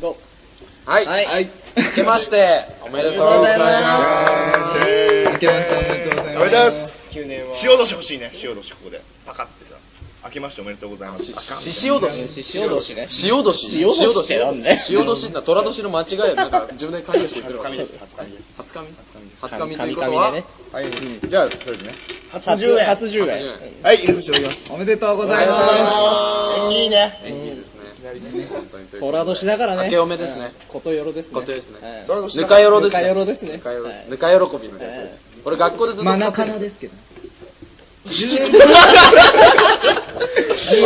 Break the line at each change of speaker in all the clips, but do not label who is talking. と
はい。
はい
明けまして、おめでとうございま
おめ
す。
で
明けましておめでとうございます
おめでとうございます
9年は
塩年欲しいね塩年ここでパカってさ明けましておめでとうございます
ししおどし
ししおどしね
塩年
しおどしってなんだよ
塩年って虎年の間違いをなんか自分で解除してくるわけ
初神です初神です
初神初神
初
ということは、
神々で
は
ね
い、じゃあそうですね
初10円
初
初10
10
円
はい入れ口おきます
おめでとうございます。
縁起いいね
縁起いいですね本当にということで
虎年だからね
明けおめですね
うんことよろですね
ことですね
うん
ぬかよろですね
ぬかよろですね
ぬかよろ
はい
ぬか喜びの略
え
これ学校でずっと
マナカナですけど。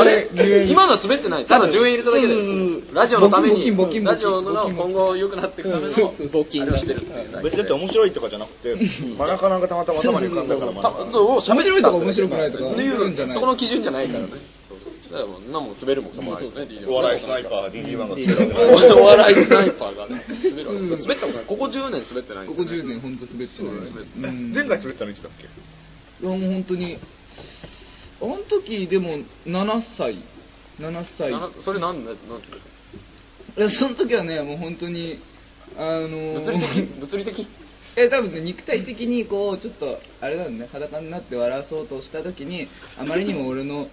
あれ今のは滑ってないただ10円入れただけでラジオのために
募金募金募金募金
ラジオの今後良くなっていくための
募金
あれをしてるっていうだけ
別
で
にだって面白いとかじゃなくて真中なんかたまたま頭に浮かんだから真
た
中
そう喋
面白いとか面白く
く
ないとか
っていうそこの基準じゃないからねそうそうそしたらもうなんも滑るもんもあるよね DJ
お笑いスナイパー DD1 が強い
お笑いスナイパーがね滑るわけ滑ったことないここ10年滑ってないん
こ
で
こ
すよ
10
ね
年本当滑って
そう
ない。
だ
うん
前回滑ったのいつだっけ
もう本当にあの時でも7歳7歳
なそれなんでなんていう
えその時はねもう本当にあの
の物理的物理的
え多分ね肉体的にこうちょっとあれだよね裸になって笑わそうとした時にあまりにも俺の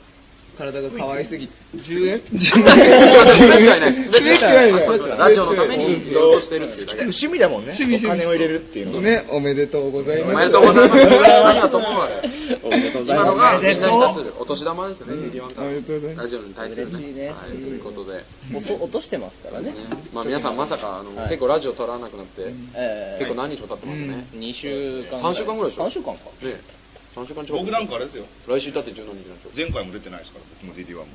体が可愛すぎて10円
滑ってはいない
滑ってはいない
滑ってはラジオのために運動してるっていうだけ
趣味だもんねお金を入れるっていうのが
ねおめでとうございます
おめでとうございます。何がトップまで。今のが
お
み
め
ん
で
な
と
に
う
対するお年玉ですね、DD1 か
おめでとうござい
ら。
ます
ラジオに対する
嬉しい
ね。
ね
はい、と
うん
いうことで。
落と落としてますからね
ねまあ皆さんまさかあの
はい
結構ラジオ撮らなくなって
え
結構何日も経ってますね。
2週間
3週間ぐらいでしょ。
3週間か
ね、3週間近く。
僕なんかあれですよ
来週だって17日なんですよ。
前回も出てないですから僕も DD1 も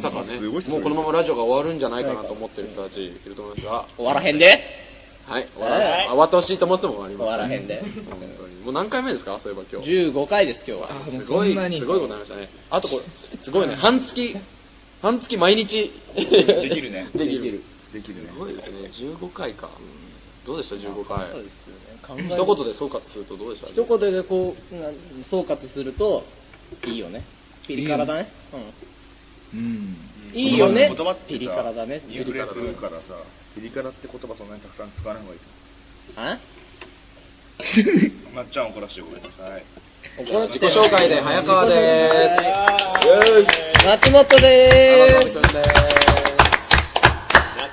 まさかね、
すごいっすね
もうこのままラジオが終わるんじゃないかなと思ってる人たちいると思いますが、
終わらへんで
はい、終わら
えー
終わってほしいと思っても終わりま
終
す。
わらへんで
本当に。もう何回目ですか、そういえば今日。
15回です今日は
あもう
すごい、
そんなに
すごいことになりましたね。あとこれ、すごいね、半月、半月毎日。で
できるね
できる。
できるね
すごいですね、15回か。どうでした、15回。
そうですよね考え
一言で総括するとどうでした
一言でこうな総括するといいよねピリ辛だね
うん
うんいいよね
言葉って
ピリ辛だね
インフレするからさピリ辛って言葉そんなにたくさん使わない方がいいと
あ
まっちゃん怒らせてごめんなさい
自己紹介で早川で
自己紹介松本でーす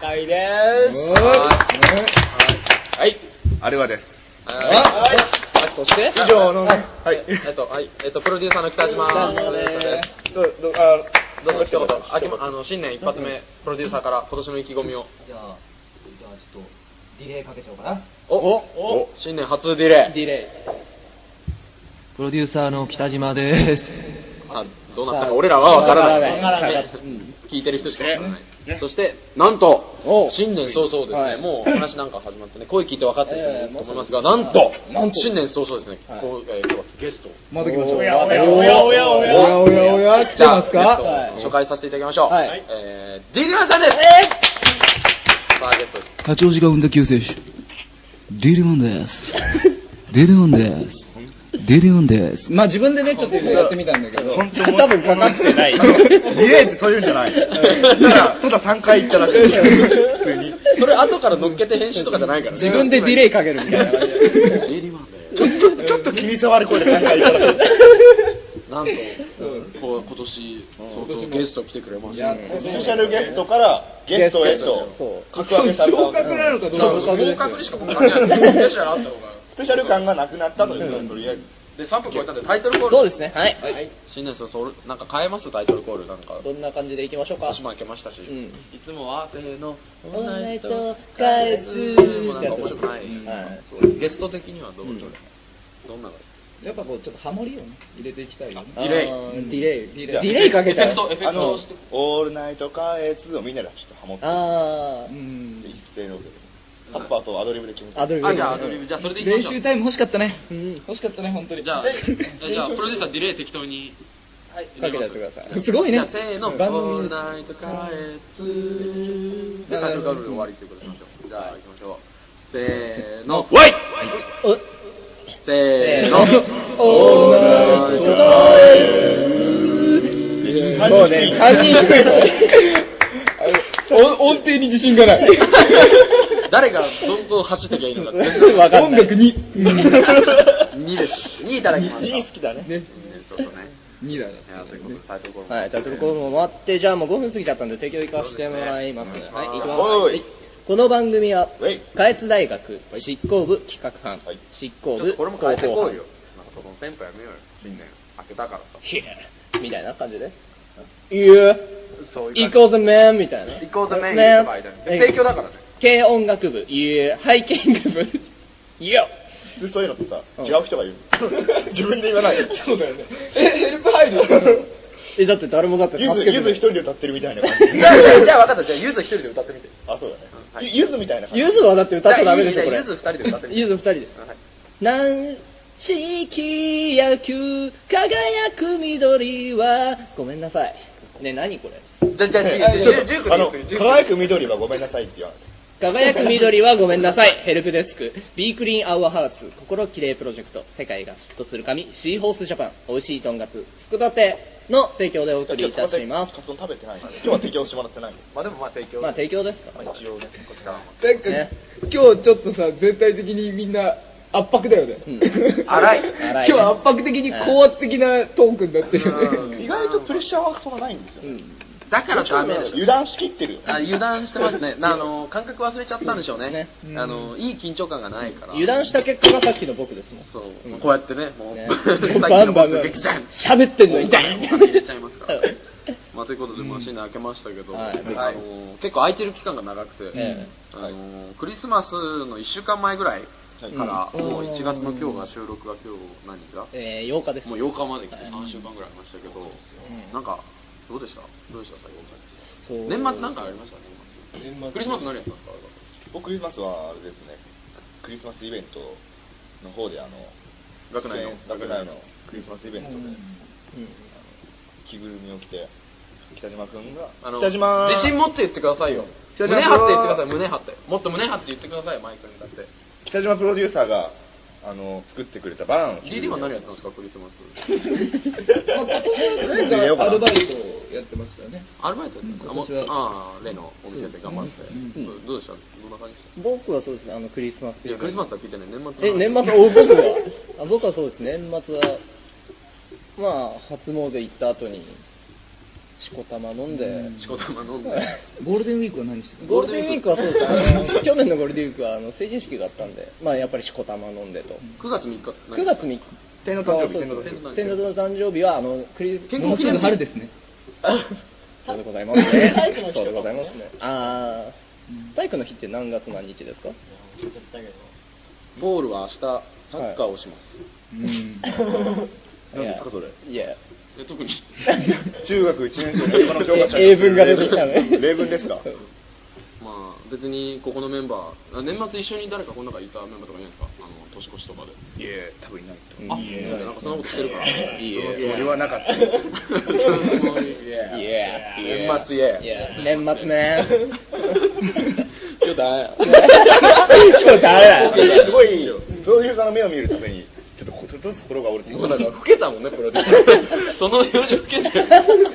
中井で
お
す。
ー
はいあれはです
はい
すそして
以上のねはい
えっと、はい、えっと、プロデューサーの北島
北島です
どうどうあ
どうぞ一言、あけま、あの、新年一発目、プロデューサーから今年の意気込みを。
じゃあ、じゃあちょっと、リレーかけちゃおうかな。
お、お、新年初ディレイ。
ディレイ
プロデューサーの北島です。
さあどうなったか俺らは分からない
わからない
うん聞いてる人しか分からない、
ね
そしてなんと
お
新年早々ですね、
はい
もう話なんか始まってね声聞いて分かってる人もいると思いますが、
ええ
なんと
なんと
新年早々ですね、
はい
こうえー今日はゲストを
また来ました
おやおやおやおやおや
おやおやおや来て
じゃ
ま
あ
す
ゲス
か
トを
はい
紹介させていただきましょう、
はい
えー、ディズニーさんです、さあゲストです
八王子が生んだ救世主。ディルマンです。ディルマンです。ディルマンです。
まあ自分でねちょっとやってみたんだけど
本当
多分かかってない
リレーってそういうんじゃないただただ3回行っただけ普通に
それ後から乗っけて編集とかじゃないからね
自分でディレイかけるみたいな感じ
デ
で
ィズニーマンで
ちょちょちょっと気に障る声で3回行っただけ
なんと、こう今年、相当ゲスト来てくれましたね。
スペシャルゲストからゲストへと格上げされた
合格なのかどう
そ
か
う、
わかんない
合格にしか僕関係 ない。スペシャルあった方が。
スペシャル感がなくなったということでとりあえず
で、3分超えたんでタイトルコール。
そうですねはい
新年早々、なんか変えますタイトルコール。なんか、
どんな感じでいきましょうか
年も明けましたし。
うん
いつもは、せーの、
オールナイト
帰
帰
も
る
なんか面白くない
はい。
そうゲスト的にはどうですかどんなの
やっぱこうちょっとハモリをね入れていきたいよね
ディレイ
あーディレイディレイ
デ
ディレイかけち
エフェク
ゃう
ト、エフェ
あ
クト
の
をして。
「オールナイトカエツ」をみんなでちょっとハモって
あ
う
ー
ん
一斉のタッパーとアドリブで決めて
アドリブ
あ、じゃあアドリブ、じゃあそれでいきま
練
しょ
習
う。
タイム欲しかったね
うん
欲しかったね本当に
じゃあ、えじゃあプロデューサーディレイ適当に。はい、
かけちゃってください
すごいね
じゃあせーの、
番
オー
組
ルナイトカエツ。で、タイトルコールで終わりということにしましょう。じゃあ、行きましょう。せーの、
わい
せーの、
オールナイト
そ
カ
う
そうね、3人来るの。
お音程に自信がない。
誰がどんどん走ってきゃいいのか全然
わかん
音
ない
楽に。
2です2いただきました
いい好きだね
ねそうそうね
2だ
いやということでタイトルコールも
はい、タイトルコールも終わって、じゃあもう5分過ぎちゃったんで、提供行かせてもらいます。
そうですね
はい、行きます。
お
はいいこの番組は
おい、
下越大学執行部企画班
はい、
執
ちょっ
行部
とこれも変えてこうよ
広
なんかそのテンポやめようよ新年明けたからさ
報班みたいな感じで。いや、
そういう
行
感
こうぜ、メンみたいな。
じ行こうぜメン言うとか間に提供だからね
軽音楽部、いや、ハイキング 部、いや、
普通そういうのってさ、
うん
違う人が言うの自分で言わない。そうだよね。
え、ヘルプ入る
え、だって誰もだって
ゆず、
助けて
ゆ
な
ず
い
一人で歌ってるみたいな 感じ。
じゃあじゃあじゃあ分かったじゃあゆず一人で歌ってみて
あ、そうだね
うんは。い
ゆゆずみたいな感じ。
ゆずはだって歌っちゃダメでしょ、
じ
こ
ゃあゆ
れ。
ず二人で歌ってみて
ゆず二人で。
はい
軟式野球輝く緑はごめんなさいね何これ
じゃあじゃあ
え
じゅじゅ
ちょ
19
っとあの
で、す19
輝く緑はごめんなさいって言わない。
輝く緑はごめ んなさいヘルプデスク B クリーンアワーハウス心きれいプロジェクト世界が嫉妬する神シーホースジャパン美味しいとんかつ福田亭の提供でお送りいたします
カツ丼食べてないので今日は提供してもらってないんです。
まあでもまあ提供
まあ提供ですか
まあ一応ねこっちからも
なんか、
ね
今日ちょっとさ、全体的にみんな圧迫だよね。
うん
荒い
荒いね
今日圧迫的に高圧的なトークになってるよ
うん
ね。
意外とプレッシャーはそんなないんですよ
う
ね。
ん
だからダメでしょ
油断しきってるよね。
あ油断してます ね、なあの感覚忘れちゃったんでしょうね
ね
あの、いい緊張感がないから、
油断した結果がさっきの僕ですもん
そう、
うん
こうやってね、もう、
ね
さっ
バ
きの
ンバン
僕、劇ちゃん、
喋ってんの痛い
お金入れちゃいます から、
うん
まあ、ということで、まあ、新年明けましたけど、
はい
あの結構空いてる期間が長くて、
え
あのクリスマスの1週間前ぐらいから、
うん
もう1月の今日が収録が今日何日だ、
えー、8日です
もう8日まで来て3週間ぐらいありましたけど、なんか、どうでしたどうでした最後
そう
年末なんかありました年末。クリスマス何やったんですか
僕クリスマスはあれですねクリスマスイベントの方であの
学内の
学内のクリスマスイベントで、
うん
着ぐるみを着て北島君が
あの
北島
自信持って言ってくださいよ
北
胸
島
張っ
君
て言ってください胸張ってもっと胸張って言ってくださいマイクに立って
北島プロデューサーがあの作ってくれたバナナの着ぐ
DD
るみを
は何やったんですかクリスマス
まあ今
なんか
年はアルバイトやってましたよね。
アルバイトやったんですかあもう
今年
ああ例のお店で頑張ってうんどうでしたどんな感じでし
僕はそうですね、あのクリスマス
たいやクリスマスは聞いてない年末
え、
の話
年末、お僕はあ僕はそうです、年末は、まあ、初詣行った後に、しこたま飲んで、
しこたま飲んで
ゴールデンウィークは何して
ゴールデンウィークはそうです、あの 去年のゴールデンウィークはあの成人式があったんで、まあ、やっぱりしこたま飲んでと。
9月3日
9月3日
天皇誕生日
そうそう
天皇誕生日
天皇の誕生日は、あの、クリス
健
もう
康
す
記
ぐ
念日
春ですね。そうでございますね。そうでございますね。あー、体育の日って何月何日ですか
ボールは明日サッカーをします
うん。
何ですかそれ
いや、
え特に
中学1年生 の立派な教科書に
英文が出てきたね
例文ですか
まあ別にここのメンバーあ年末一緒に誰かこの中いたメンバーとかいないんですかあの年越しと かで
いえ多分いないと
うん
あなんかそんなことしてるからいいえ
俺はな かった
い
年
や
末イエー
年末ね。
今日だよ
今日ダメだ
僕ねすごいプロデューサーの目を見るためにちょっとこちょっとずつ心が折れてい
もうなんか老けたもんねプロデューサ ーその表情老けてる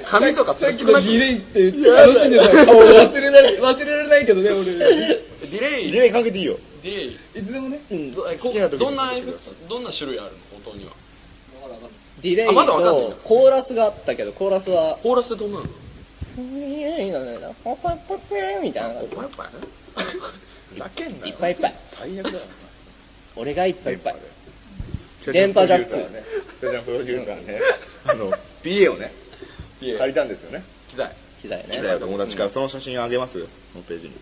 髪とか
さ
つ
っ
る
き
つる
の
な
ギレイって言って楽しんでた顔忘れられ忘れられないけどね、俺。
ディレイ
リ
デ
レーかけていいよ
ィレイ
いつでもね。
どえこ
好きな時に
どんなエフェクトどんな種類あるの音には
ディレイ
あまだわかんない
とコーラスがあったけど、コーラスは、
コーラスでどんなの
みたいな
おっ。ぱいおっぱい
ふざけんなよ
いっぱいいっぱい
最悪だよ
俺がいっぱいいっぱい。
な
電波ジャック
北島プロデューサーねあの PA をね借りたんですよね
機材
時代ね。
友達からその写真あげますホームページに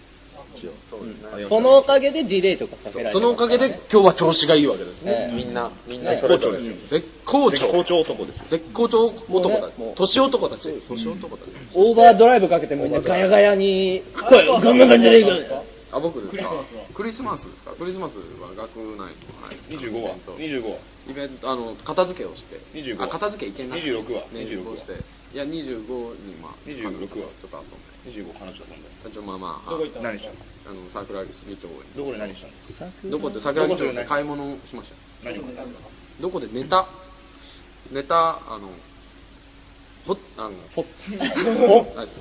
一応
そうですね
うん
そのおかげでディレイとかさせられてますか
そ
らね
のおかげで今日は調子がいいわけですね
ええ
みんなみんな
ね
それぞれ
絶
絶好
絶好
調
調男です
絶好調男たち
もうね
年男たち年男たち
オーバードライブかけてもみんなガヤガヤに、声をガンガンガンじゃねえか。
あ僕ですかクリスマスですかクリスマスは学内のはい
25
イ
は
ベント
25は
イベントあの片付けをして
25
あ片付けいけない
26は
ね
26は
をしていや25にまあ
26は
ちょっと遊んで
25彼女と遊んで
あちょまあまあ
何したの
あの桜木町へ
どこで何したの
どこで桜木町
どこで
で買い物をしました
何を買ったの
どこで寝た寝たあのほなんだ
ほっ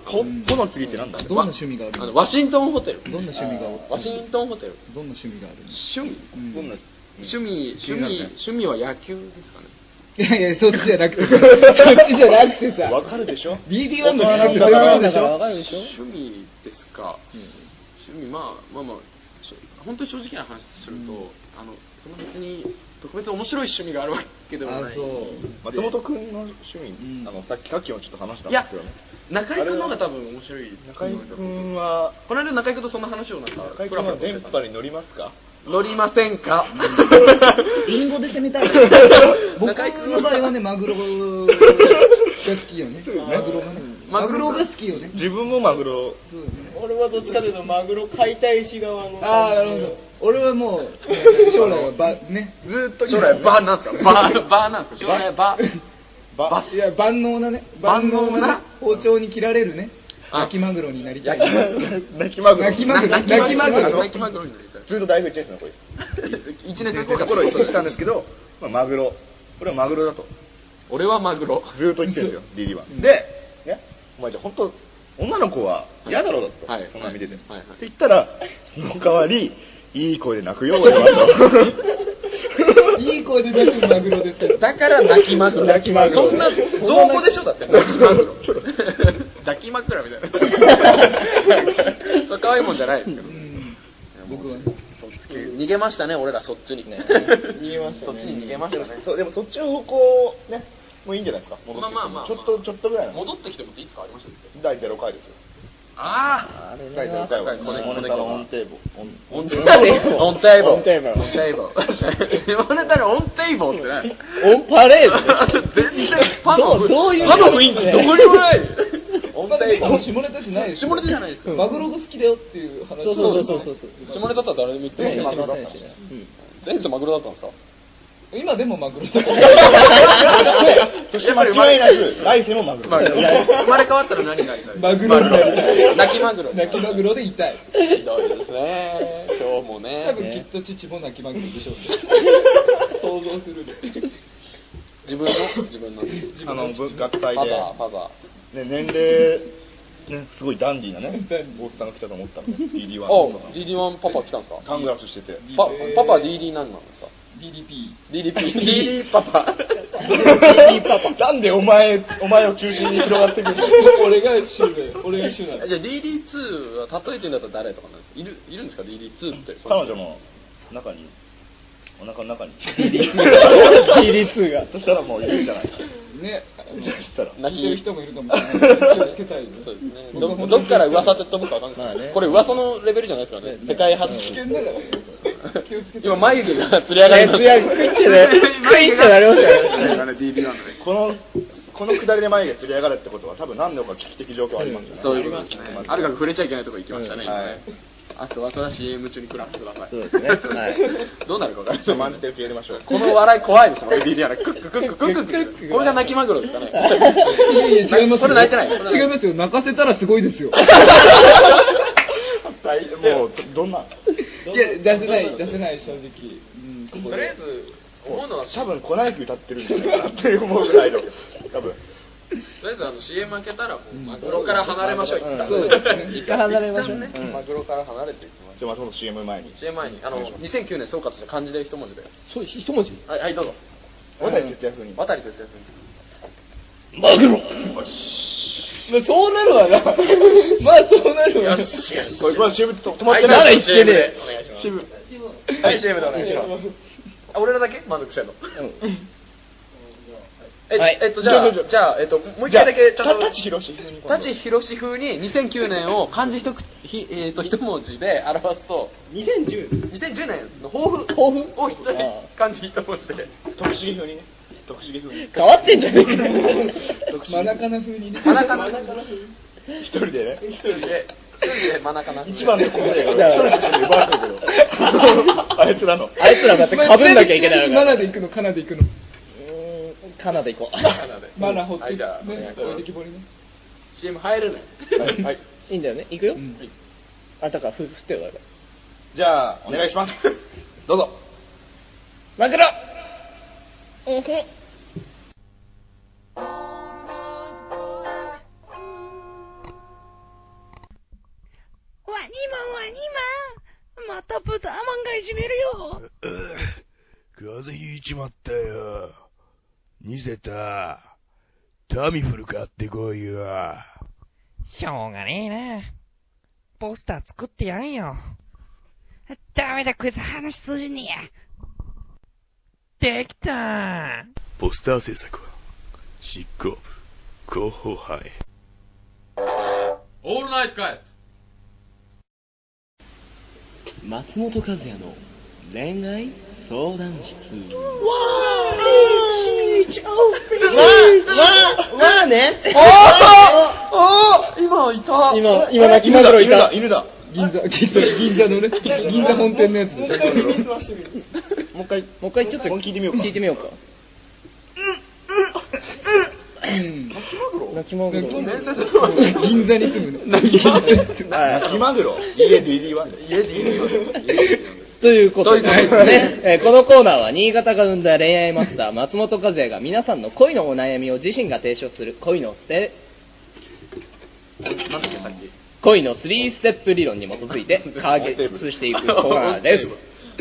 ほ、ほの次ってなんだ
どんな趣味がある
あの
の
ワシントンホテル
どんな趣味がある
ワシントンホテル
どんな趣味があるの
趣味
うん
趣味趣味趣味は野球ですかね
いやいや、そっちじゃな くて、そっちじゃなくてさ、
わかるでしょ
BD1 の
大
感
人
覚なん
だ
だ
か
からら
わかるでしょ
趣味ですか、趣味まあまあまあしょ本当に正直な話すると、あのその別に特別面白い趣味があるわけでもない
あそう
松本君の趣味、
ん
あのさっきさっきもちょっと話した
い
んで
や
すけどね
中居君の方が多分面白い
中居君は
この間中居君とそんな話をなんか
中居
ふ
君
らふら
は
として
電
た
波に乗りますか
乗りませんか、
リンゴで攻めたい。僕
中居君
の場合はね、マグロが好きよね。マグロがね。マグロが好きよね。
自分もマグロ
そうよね
俺はどっちかというとマグロ解体師側の
ああ、なるほど。俺はもう、将来はば、ね。
ずーっと
将来バーなんすかバーバーなんすか将来バー
バ
いや、万能なね。
万能な
ね包丁に切られるね。
あ
焼きマグロになりたい。
泣きマグロ
泣きマグロ。
泣き
泣き
マ
マ
グ
グ
ロ
ロ
泣。きマグロになりたい
ずっと大学1年生のこい
一
1
年
年
生
生
の頃
の頃
に
に言ってたんですけど、まあ、マグロ俺はマグロだと
俺はマグロ
ずーっと言ってるん ですよ DD はで、ね、お前じゃあ本当女の子は嫌だろうだと、
はい
そんなの見てて、
はいはい
って言ったらその代わりいい声で泣くよ俺はと
いい声で出すマグロですよ。
だから泣きマグロ
泣きマグロ
そんな造語でしょだって泣きマグロ抱き枕みたいなそう可愛いもんじゃないですけど
うん僕はね。
そっち逃げましたね俺らそっちにね
逃げましたね
そっちに逃げましたね
そうでもそっちの方向ねもういいんじゃないですか戻ってき
まあまあ
て
まあ
ちょっとちょっとぐらいの
戻ってきてもっていつかありましたっけ
第0回ですよ
ああ
第0回は
これ
モネタのオンテーブルオ
オ
ン
ンテーブルオンテーブル
オンテーブル
オンテーブル下ネタのオンテーブルってない
オンパレードでしょ
全然パの
どうどういう
パの雰囲気どこにもない
オン
だって
テー
今
ブ
の
ル
下ネタじゃないでしょ
下ネタじゃないですよ
マグロが好きだよっていう話
そうそうそうそうそう
下ネタだったら誰でも言って
ね
な
行
い
けませんしね
前世マグロだったんですか
今でもマグロだよ
そして間違いなく来世もマグロ
まあ生まれ変わったら何がいいの
マグロになりたい
泣きマグロ
泣きマグロで痛い
ひどいですね今日もね
多分きっと父も泣きマグロでしょうね 想像するで
自分の自分の
あの文学
パ
祭
パ
で
パパ
ね、年齢、ね、すごいダンディーなね、大津さんが来たと思ったの ね、DD1
お
の。
DD1 パパ来たんですか
サングラスしてて、
パパパ DD 何なんですか
DDP
DDP DD パパ
なんでお前、お前を中心に広がってくるの
俺が主で俺が主なの
じゃあ DD2 は例えてんだったら誰とかなんですかいるいるんですか DD2 って
彼女の中に、お腹の中に、
DD2 が
そしたらもういるんじゃないか。
ね
そしたら、
泣
泣
き
いてる人もいるかもしれない気をつけたいよ
そうですねどどっから噂って飛ぶかわかんない、これ噂のレベルじゃないですからね世界初
危険だからね気をつけて
今眉毛がつり上がりました
クイってねクイってなりましたね
この、この下りで眉毛釣り上がるってことは、多分何度か危機的状況ありますよね。
そういうことですねあるか触れちゃいけないとこ行きましたね,、
うんはい
あとはそれは CM 中に食らってください
そうですねはい
どうなるかわかりま
ち
せ
ょっと
ん
マジで受け入れましょう。
この笑い怖いですもん DD やらクッククッククッククックこれが泣きマグロですかね
いやいや違いますよ
それ泣いてないそれ
違いますよ泣かせたらすごいですよ
はいもう、どんな、
いや出せない出せない正直うんこと
りあえず思うのは
多分、粉雪歌ってるんじゃないかなって思うぐらいの、多分。
とりあえずあの CM 開けたらもうマグロから離れましょう、一旦
そうですね
一回離れましょう
一旦ねマグロから離れていきましょ
じゃあ、松本 CM 前に
う。CM 前にあの2009年総括した漢字で一文字で
そう一文字
はい、はい、どうぞ
小田井哲也風に。
渡り哲也君
マグロ
そうなるわなまあそうなるわな
これ、これ CM 止ま
は
っ
い
てない。
まだ
言ってねえ
お願いします
渋
はい、CM でお願いします。あ、俺らだけ満足してんの。え
はい
えっと、じゃあ、
じゃあ
じゃあ、えっと、もう一回だけ、ちょっと、
舘ひろし風に
舘ひろし風に2009年を漢字一くひ、えっと、一文字で表すと、
2010
2010年の抱負抱負を一人
あ
漢字一文字で。
徳重風にね徳重風に
変わってんじゃねえか
マナカナ風にね
真中の
一人でね
一人で、一人で真中の。
一番の個性が
だ
一
から
人で奪われてるけど あいつらの
あいつらだってかぶんなきゃいけない
マ
の
ナ
か
で行くのカナで行くの
カナダ行こ
真中で
マナほっ
は
て
い、じゃあ、お願い
ね
し
置い
ま
て
す
きぼりね
CM 入るね。
はいはい、
ういいんだよね行くよ
ん
あだからふ振ってよだから
じゃあお願いします
どうぞ。
マグロうんふん
「お
今また豚マンがいじめるよ
風邪ひいちまったよ。ニセタ、タミフル買ってこいよ。
しょうがねえなポスター作ってやんよダメだこいつ話通じねえやできた
ポスター制作は、執行部、広報杯。
オールナイト開発
松本和也の恋愛相談室わわわねおおお今いた今今泣きまぐろいた
犬だ。
銀座、銀座銀座のね、銀座本店のやつでしょ。
もう一回もう一回ちょっと聞いてみようか聞いてみようか泣きまぐろ泣きまぐろ
銀座に住むね。
はい
気まぐろ。家 DD1 だ。家 DD1 だ。
ということでですね、えーこのコーナーは新潟が生んだ恋愛マスター 松本和也が皆さんの恋のお悩みを自身が提唱する恋のステ恋の3ステップ理論に基づいて解決していくコーナーです。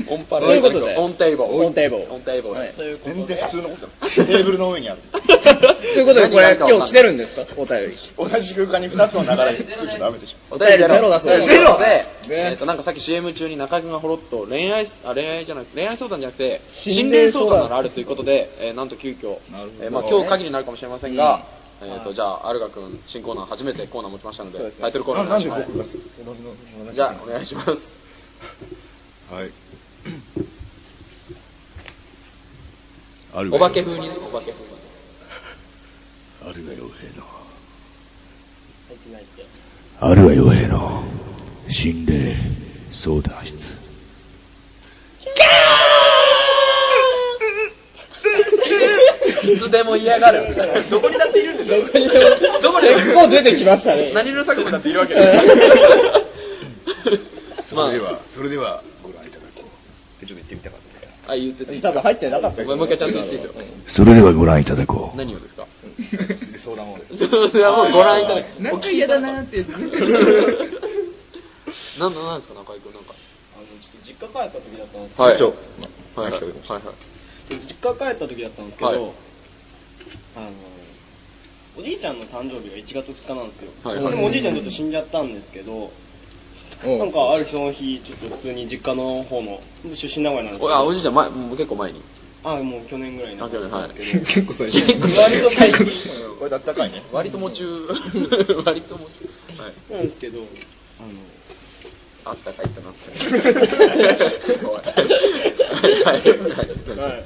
オン
と
パレ
いうことで、
オンテーブル。
オンテーブル。
オンテーブル。
はい
全然普通のことだ。テーブルの上にある。
ということで、これ今日来てるんですかお便り。
同じ空間に2つの流れで作っちゃダメでしょ。
お便りゼロ
ゼロだそうです
ゼロで、
ね
えっと、なんかさっき CM 中に中居君がほろっと恋愛、あ、恋愛じゃなくて、恋愛相談じゃなくて、
心
心
霊
霊
相
相
談
談ならあるということで、えーなんと急遽、
なるほど
えーまあ今日限りになるかもしれませんが、えっと、じゃあ、アルガ君、新コーナー初めてコーナー持ちましたので、タイトルコーナーお願いしますじゃあ、お願いします。
はい。
あるが
お化け
よ
風にね、お化け風に。
あるが傭兵の。あるが傭兵の心霊相談室。
いつでも嫌が る。どこにだっているんでしょどこにだってい
結
る
構出てきましたね。
何色の作物だっているわけだよ
それでは、それではご覧いただこう。ちょっと言ってみたかったから。
あ、言ってた。
多分入ってなかった。
お前もう一回ちゃんと言っていいですよ。
それではご覧いただこう。
何をですか
相談をです。
それはもうご覧いただき。
なんか嫌だなーってやつね。
なんなんですか、中居君なんか。
あのちょっと実家帰った時だったんですけど、
はい。
ちょ
はいはい。はい
実家帰った時だったんですけど、
はい
あのおじいちゃんの誕生日が1月2日なんですよ、
はい
でもおじいちゃんちょっと死んじゃったんですけど、
うん
なんかある日その日ちょっと普通に実家の方の出身名古屋なんですけ
お
ど
あ、おじいちゃん、前、もう結構前に。
あもう去年ぐらいにな
あ、
っ
け
たん
ど
で
ね
すけど、
はい。
結構最初。
割と最近
これだったかいね。
割とも中、割とも中。はい。
なんですけどあの
あったかいってなって。怖い。はい。
まあ
は
ま
い。
あ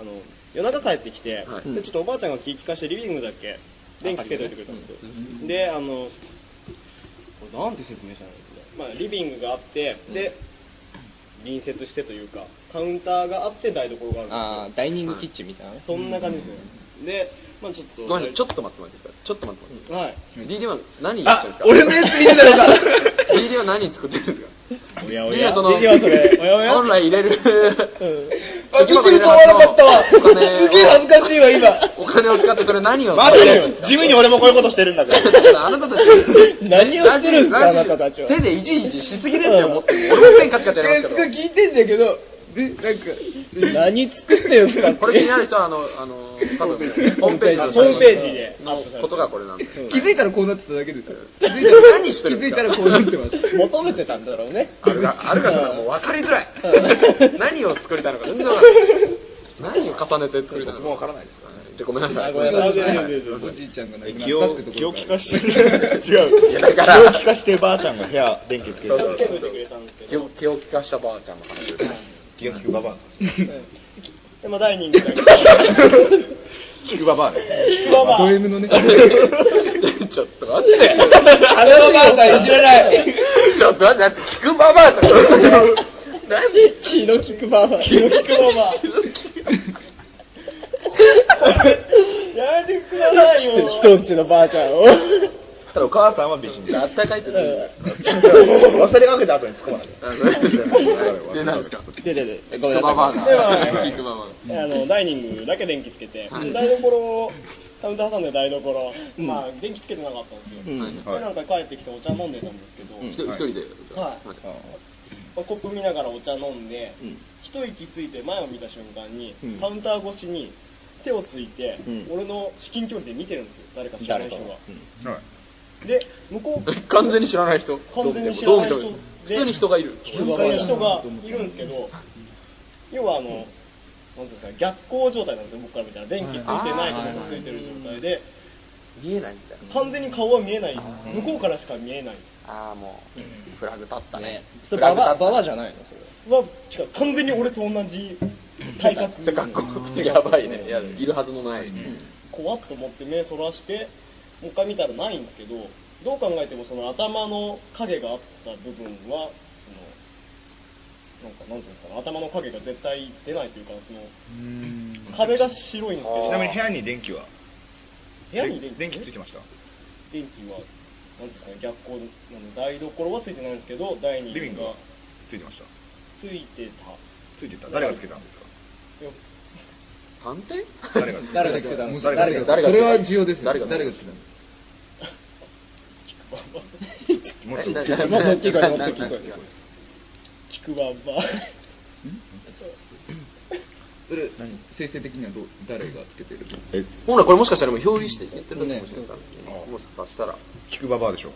あの夜中帰ってきて、
はい
でちょっとおばあちゃんが気ぃ利かしてリビングだけ電気つけといてくれたんですよ、であのこれなんて説明したのまあリビングがあってで、隣接してというかカウンターがあって台所があるんですよ
あーダイニングキッチンみたいな。
そんな感じですね、でまあちょっと
ごめんなさい、ちょっと待って待ってください。ちょっと待って待って。
はい
DD は何やってるんですか
やつ見てたのか。
DD は何作ってるんですか
おや
おや
その
おやそれ
おやお や
本来入れる。
あ、
生き物
生
入れる
きると思
は
わ
ず
なかったわ。
のお金を
すげえ恥ずかしいわ、今。
お金を使ってそれ何を
待ってよ地味に俺もこういうことしてるんだから。
あなたたち
何をしてるんですか、
ラ
あ
ジオ
なたたちは。
手でいじいじしすぎですよ、もっと。俺もカチカチやりますけど。
聞いてんだけど、で、なんか、
何作ってんすか
これ気になる人は、あの、あの、多分、ホームページの
ホームページで
のことがこれなんで。
気づいたらこうなってただけですよ。
何して
気
る
づ
んで
い
す
たら
か
こうなってました。
求めてたんだろう ね。
あるか、あるかさんはもう分かりづらい。何を作りたいのか全然分からない。何を重ねて作りたいのか。もう分からないですからね。じゃあごめんなさい。
ごめんなさい
おじいちゃんが亡くな
気
ったっ
を
てところ。
気を利かしてて違う
いやだから
気を利かしてばあちゃんが部屋電気つけて
そうそう
助けといてくれたんですけど
気を気を利かしたばあちゃんの話ですね。
気が利くばば
でまあダイニングだけ
あ利くばばあね
まあまあ
ド M のね。
ちょっと待って。
あれはまだいじれない。
ちょっと待って、聞くばばあちゃん。何
気の利くばば。気の利くばば。
やめてくださいよ
人んちのばあちゃんを。
ただお母さんは美人
あったかいって
忘れかけた後に突っ込まない
で、何ですか
ででで、ごめん
聞く
な
ばばあ
さ
が。
では
聞くばばあが。
あのダイニングだけ電気つけて、台所カウンター挟んで台所、まあ電気つけてなかったんですよ、
うん
でなんか帰ってきてお茶飲んでたんですけど、
うん
一人一人で。
はいまあコップ見ながらお茶飲んで、
うん
一息ついて前を見た瞬間に、
うん
カウンター越しに手をついて、
うん
俺の至近距離で見てるんですよ誰か知らな
誰
い
か
人
が
が、
はい
で向こう
完全に知らない人。
完全に知らない人
どう見ても普通に人がいる。
向かいの人がいるんですけど要はあの、なんていうんですか逆光状態なんですよ僕から見たら電気ついてないとこもついてる状態で
見えないんだ。
完全に顔は見えない向こうからしか見えない
ああ、もう、フラグ立ったね
ね。それババババじゃないのそれ
は違う完全に俺と同じ体 格
せっかく、やばいね。いや、いるはずのない。
怖っと思って目そらしてもう一回見たらないんですけどどう考えてもその頭の影があった部分はそのなんかなんていうんですかね頭の影が絶対出ないというかその壁が白いんですけど
ちなみに部屋に電気は
部屋に電気
電気ついてました
電気はなんですかね逆光なの台所はついてないんですけど第二
リビング
が
はついてました
ついてた
ついてた誰がつけたんですか
いや
探偵
誰がつけた
誰がつけたの
誰がつけた
それは重要ですよ
誰が
誰がつけたの
もうちょっと
誰が
もっと大きい声もっと大きい
誰が
声
菊ばば
それ先生的にはどう誰がつけてる
え
ほら、これもしかしたら今表示して言ってるのかもしれない
ね
もしかしたら。
聞くばばあでしょ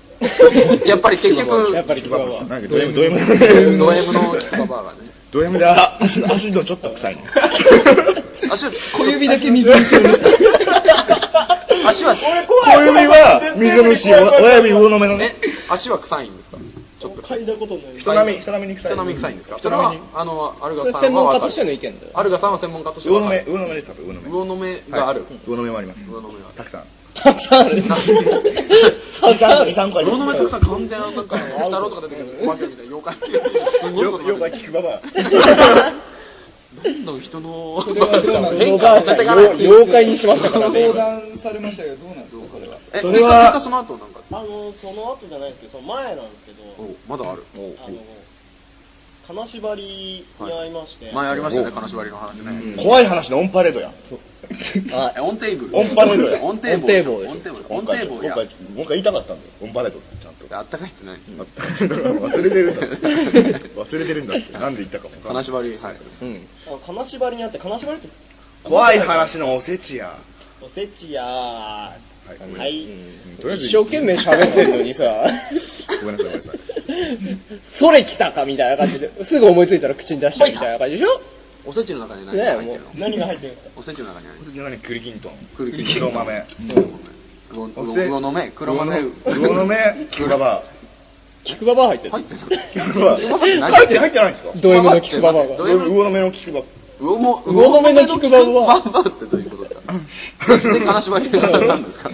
やっぱり結局、
やっぱり
聞
聞
く
く
ば
わ
ばあなんかド M ド M
ド M のキックババアがね。
ド M であ足足のちょっと臭いね
足は、
小指だけ水にしてる
足は、
小指は水虫親指魚の目のね
え、足は臭いんですかちょっと。
嗅いだことない
人並み人並みに臭い
人並み臭いんですか
人
それ
並
は
みに、
あの、アル
そ
ガ
れ
さ
専
んは
門家
わか
と
る
しての意見だよ
アルガさんは専門家として
魚
わ
の
か
目
る
魚の目です多分魚の目
魚の目がある。
はい魚の目もあります
魚の目がある
たくさん
たくさんある
2、3個あり
魚の
ま
目た
す
くさん完全なんか、ね、太郎とか出てくるお化けみたいな妖怪みたいな。すごいことにな
妖
ってる
怪聞くばばあ
どんどん人の
お
変化
ば
を
あ
させ
ちゃん
ていかないと
妖怪にしましたからね
相
今
談されましたけどどうなんですかこれは
え、
それは
結果その後なんか、
あのその後じゃないですけどその前なんですけど
おまだある。
あの金縛りに遭いまして、
前ありましたよね、金縛りの話ね。
怖い話のオンパレードや
あ、オンテーブル。
オンパレードや
オンテーブル。オンテーブル。オンテーブル。
今回今回言いたかったんだよオンパレードってちゃんと
あったかいってない。
忘れてるんだって忘れてるんだってなんで言ったかもわかん
金
ない
縛り。はい。
うん
あの金縛りにあって金縛りって
怖い話のおせちや
おせちやーは
はい
い、
うんとりあえず
一生懸命喋ってるのにさ
ごめんなさいごめんなさい
それ来たかみたいな感じですぐ思いついたら口に出してみたいな感じでしょ
おせちの中に何が入ってるの
何が入ってるんですか
おせちの中に何
おせちの中に栗きんとん
栗きんとん
黒豆
魚
おせ
魚の目、黒豆。
黒豆菊ババ
菊ババア入ってる
入ってる
菊ババ入って入ってないんですか
ド M の菊ババアが
ド
魚
M
の目の菊バ
魚も
魚の目の菊ババア
ババアってどういうことですかで、金縛りは何ですか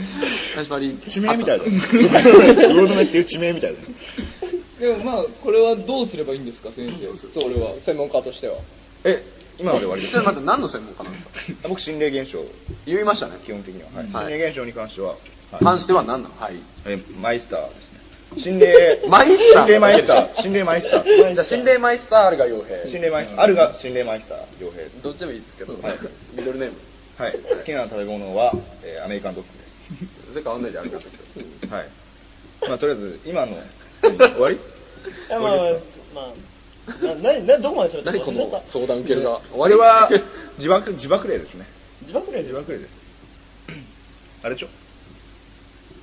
金縛り。
地名 みたいだね魚の目っていう地名みたいだね
でもまあこれはどうすればいいんですか先生
それは専門家としては
え今ので終わりで
ち
す
ょっと待って、何の専門家なんですか
僕心霊現象
言いましたね。
基本的には、は
は
い
い
心霊現象に関しては、はい
関しては何なのはい。
えマイスターですね心霊
マイスター
心霊マイスター心霊マイスター
じゃあ、心霊マイスター、あるが傭
心
兵。
霊マイスターあるが心霊マイスター傭兵です
どっちでもいいですけど、
はい
ミドルネーム。
はい好きな食べ物は、えーアメリカンドッグで
それか、同じあるが
すはいまあとりあえず 今の終わり
いやまあまあまあなななどこまでしょう
何こ
なん
の
か
相談受けるが。
俺は自爆自爆霊ですね
自爆霊で
自
しょ
爆霊ですあれでしょ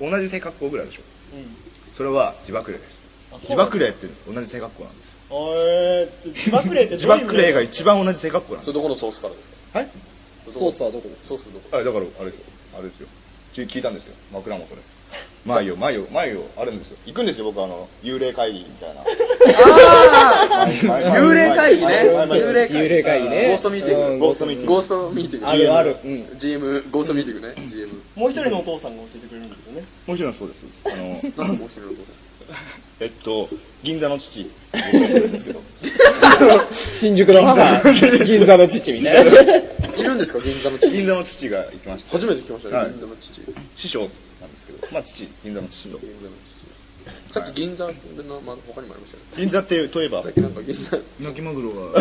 同じ性格好ぐらいでしょ
うん
それは自爆霊です
あそう
自爆霊って同じ性格好なんですよ
あえー自爆霊って
自
どういう意味
爆霊が一番同じ性格好な ん
それ
です
どこのソースからですか
はい
ソースはどこです
ソースどこ
あだからあれですよあれですよち聞いたんですよ枕元で前よ前よ前よあるんですよ行くんですよ僕あの幽霊会議みたいな
あ
前前前
幽霊会議ね
前前
幽霊会議
幽霊会議ね
ゴーストミーティン
う
グ
ん
ゴーストミーティング
ゴーストミーティング
あるあるうん
GM ゴーストミーティングね GM
もう一人のお父さんが教えてくれるんですよね
もちろんそうですあの
なんか面白いこと
えっと銀座の父って言うんですけど
新宿の 母銀座の父みたい
い
な
るんですか銀座の父
銀座の父が行きました
初めて聞きました
は
ね
い
銀座の父銀
師匠なんですけどまあ父銀座の父と
座のさっき銀座の、まあ、他にもありましたよね
銀座っていうといえば
さっきなんか銀座
泣きマグロ は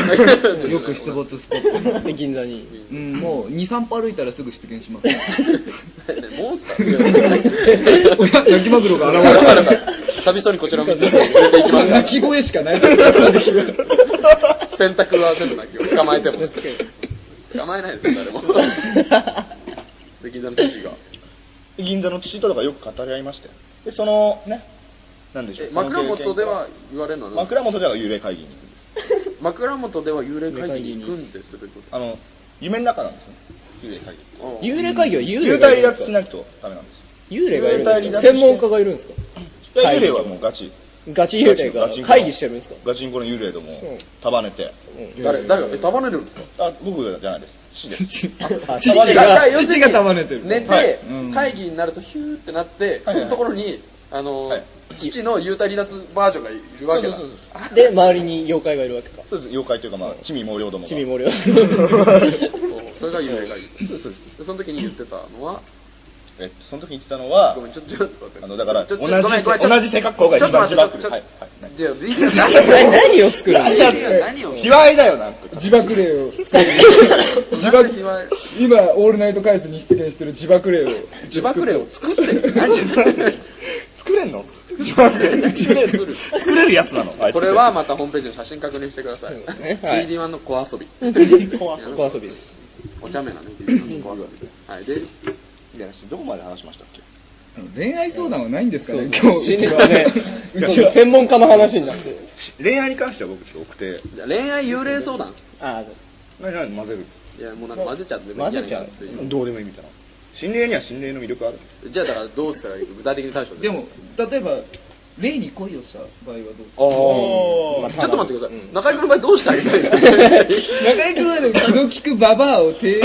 よく出没スポットに、
で銀座に
うん、もう23歩歩いたらすぐ出現します
モンスタ ー
おや 泣きマグロが現れた
だ から寂しそうにこちらを見て連れて行きます
泣き声しかない
洗濯は全部泣きを捕まえても捕まえないですよ誰もで銀座の父が
銀座の父とかよく語り合いましたよでそのねなんでしょ
え
う
枕元では言われるのは何
枕元では幽霊会議に行くんです
枕元では幽霊会議に行くんですってこと
あの夢の中なんですね幽霊会議
ああ
幽霊会議は幽霊
幽
がい
体離
る
脱
んです
し
か
ないとダメなんですよ
幽霊がいるんです
幽体離脱
か
して
専門家がいるんですか
いや
会
幽
議
霊はもうガチ
ガチ幽霊が
ガチンコの
会議してるんです か
ガチンコの幽霊どもを
うん
束ねて
誰誰がえ束ねるんですか
あ僕じゃないです父 です
あ
束ね
父
て
が
要するに
が束ねてる
寝て、
はい
うん
会議になるとヒューってなって、
はいはい
そのところにあの、
はい
父の幽体離脱バージョンがいるわけだ
そうそう
で周りに妖怪がいるわけか
そうです妖怪というかまあ地味毛量どもが
ちび
量
もりは
そうそれが幽霊会議でその時に言ってたのは
えっとその時に言ってたのは
ごめんちょちょっと待って
あのだから
ちょちょ
同じ
ごめんごめん
同じ性格好が一番
ちょっと待ってち
自爆力
ょ
はいはい
ちょいや何
何何を作るの
何を
卑猥だよなんか
自爆霊を
自爆自爆
今オールナイトカイズに出現してる自爆霊を
自爆霊を作ってる何
作れんの自爆力作れる作れるやつなの
これはまたホームページの写真確認してください
ねはい
DD1 の小遊び
小遊びです
お茶目なね DD1 の小遊びはいで
いやどこまで話しましたっけ
恋愛相談はないんですか
そう
ね今日
心理
うちは
はね
いや
そうそう専門家の話になって
恋愛に関しては僕ちょっと奥手
じゃあ恋愛幽霊相談
あ
何何混ぜる
いやもうなんか混ぜちゃって
混ぜちゃう
いけないなって
どうでもいいみたいな心霊には心霊の魅力ある
いうじゃあだからどうしたらいいか具体的に対処
でも例えば霊に恋をした場合はどうする
あー
まあ
ちょっと待ってください、中居君の場合どうしたらいいですか
中居君はね気の利くババアを低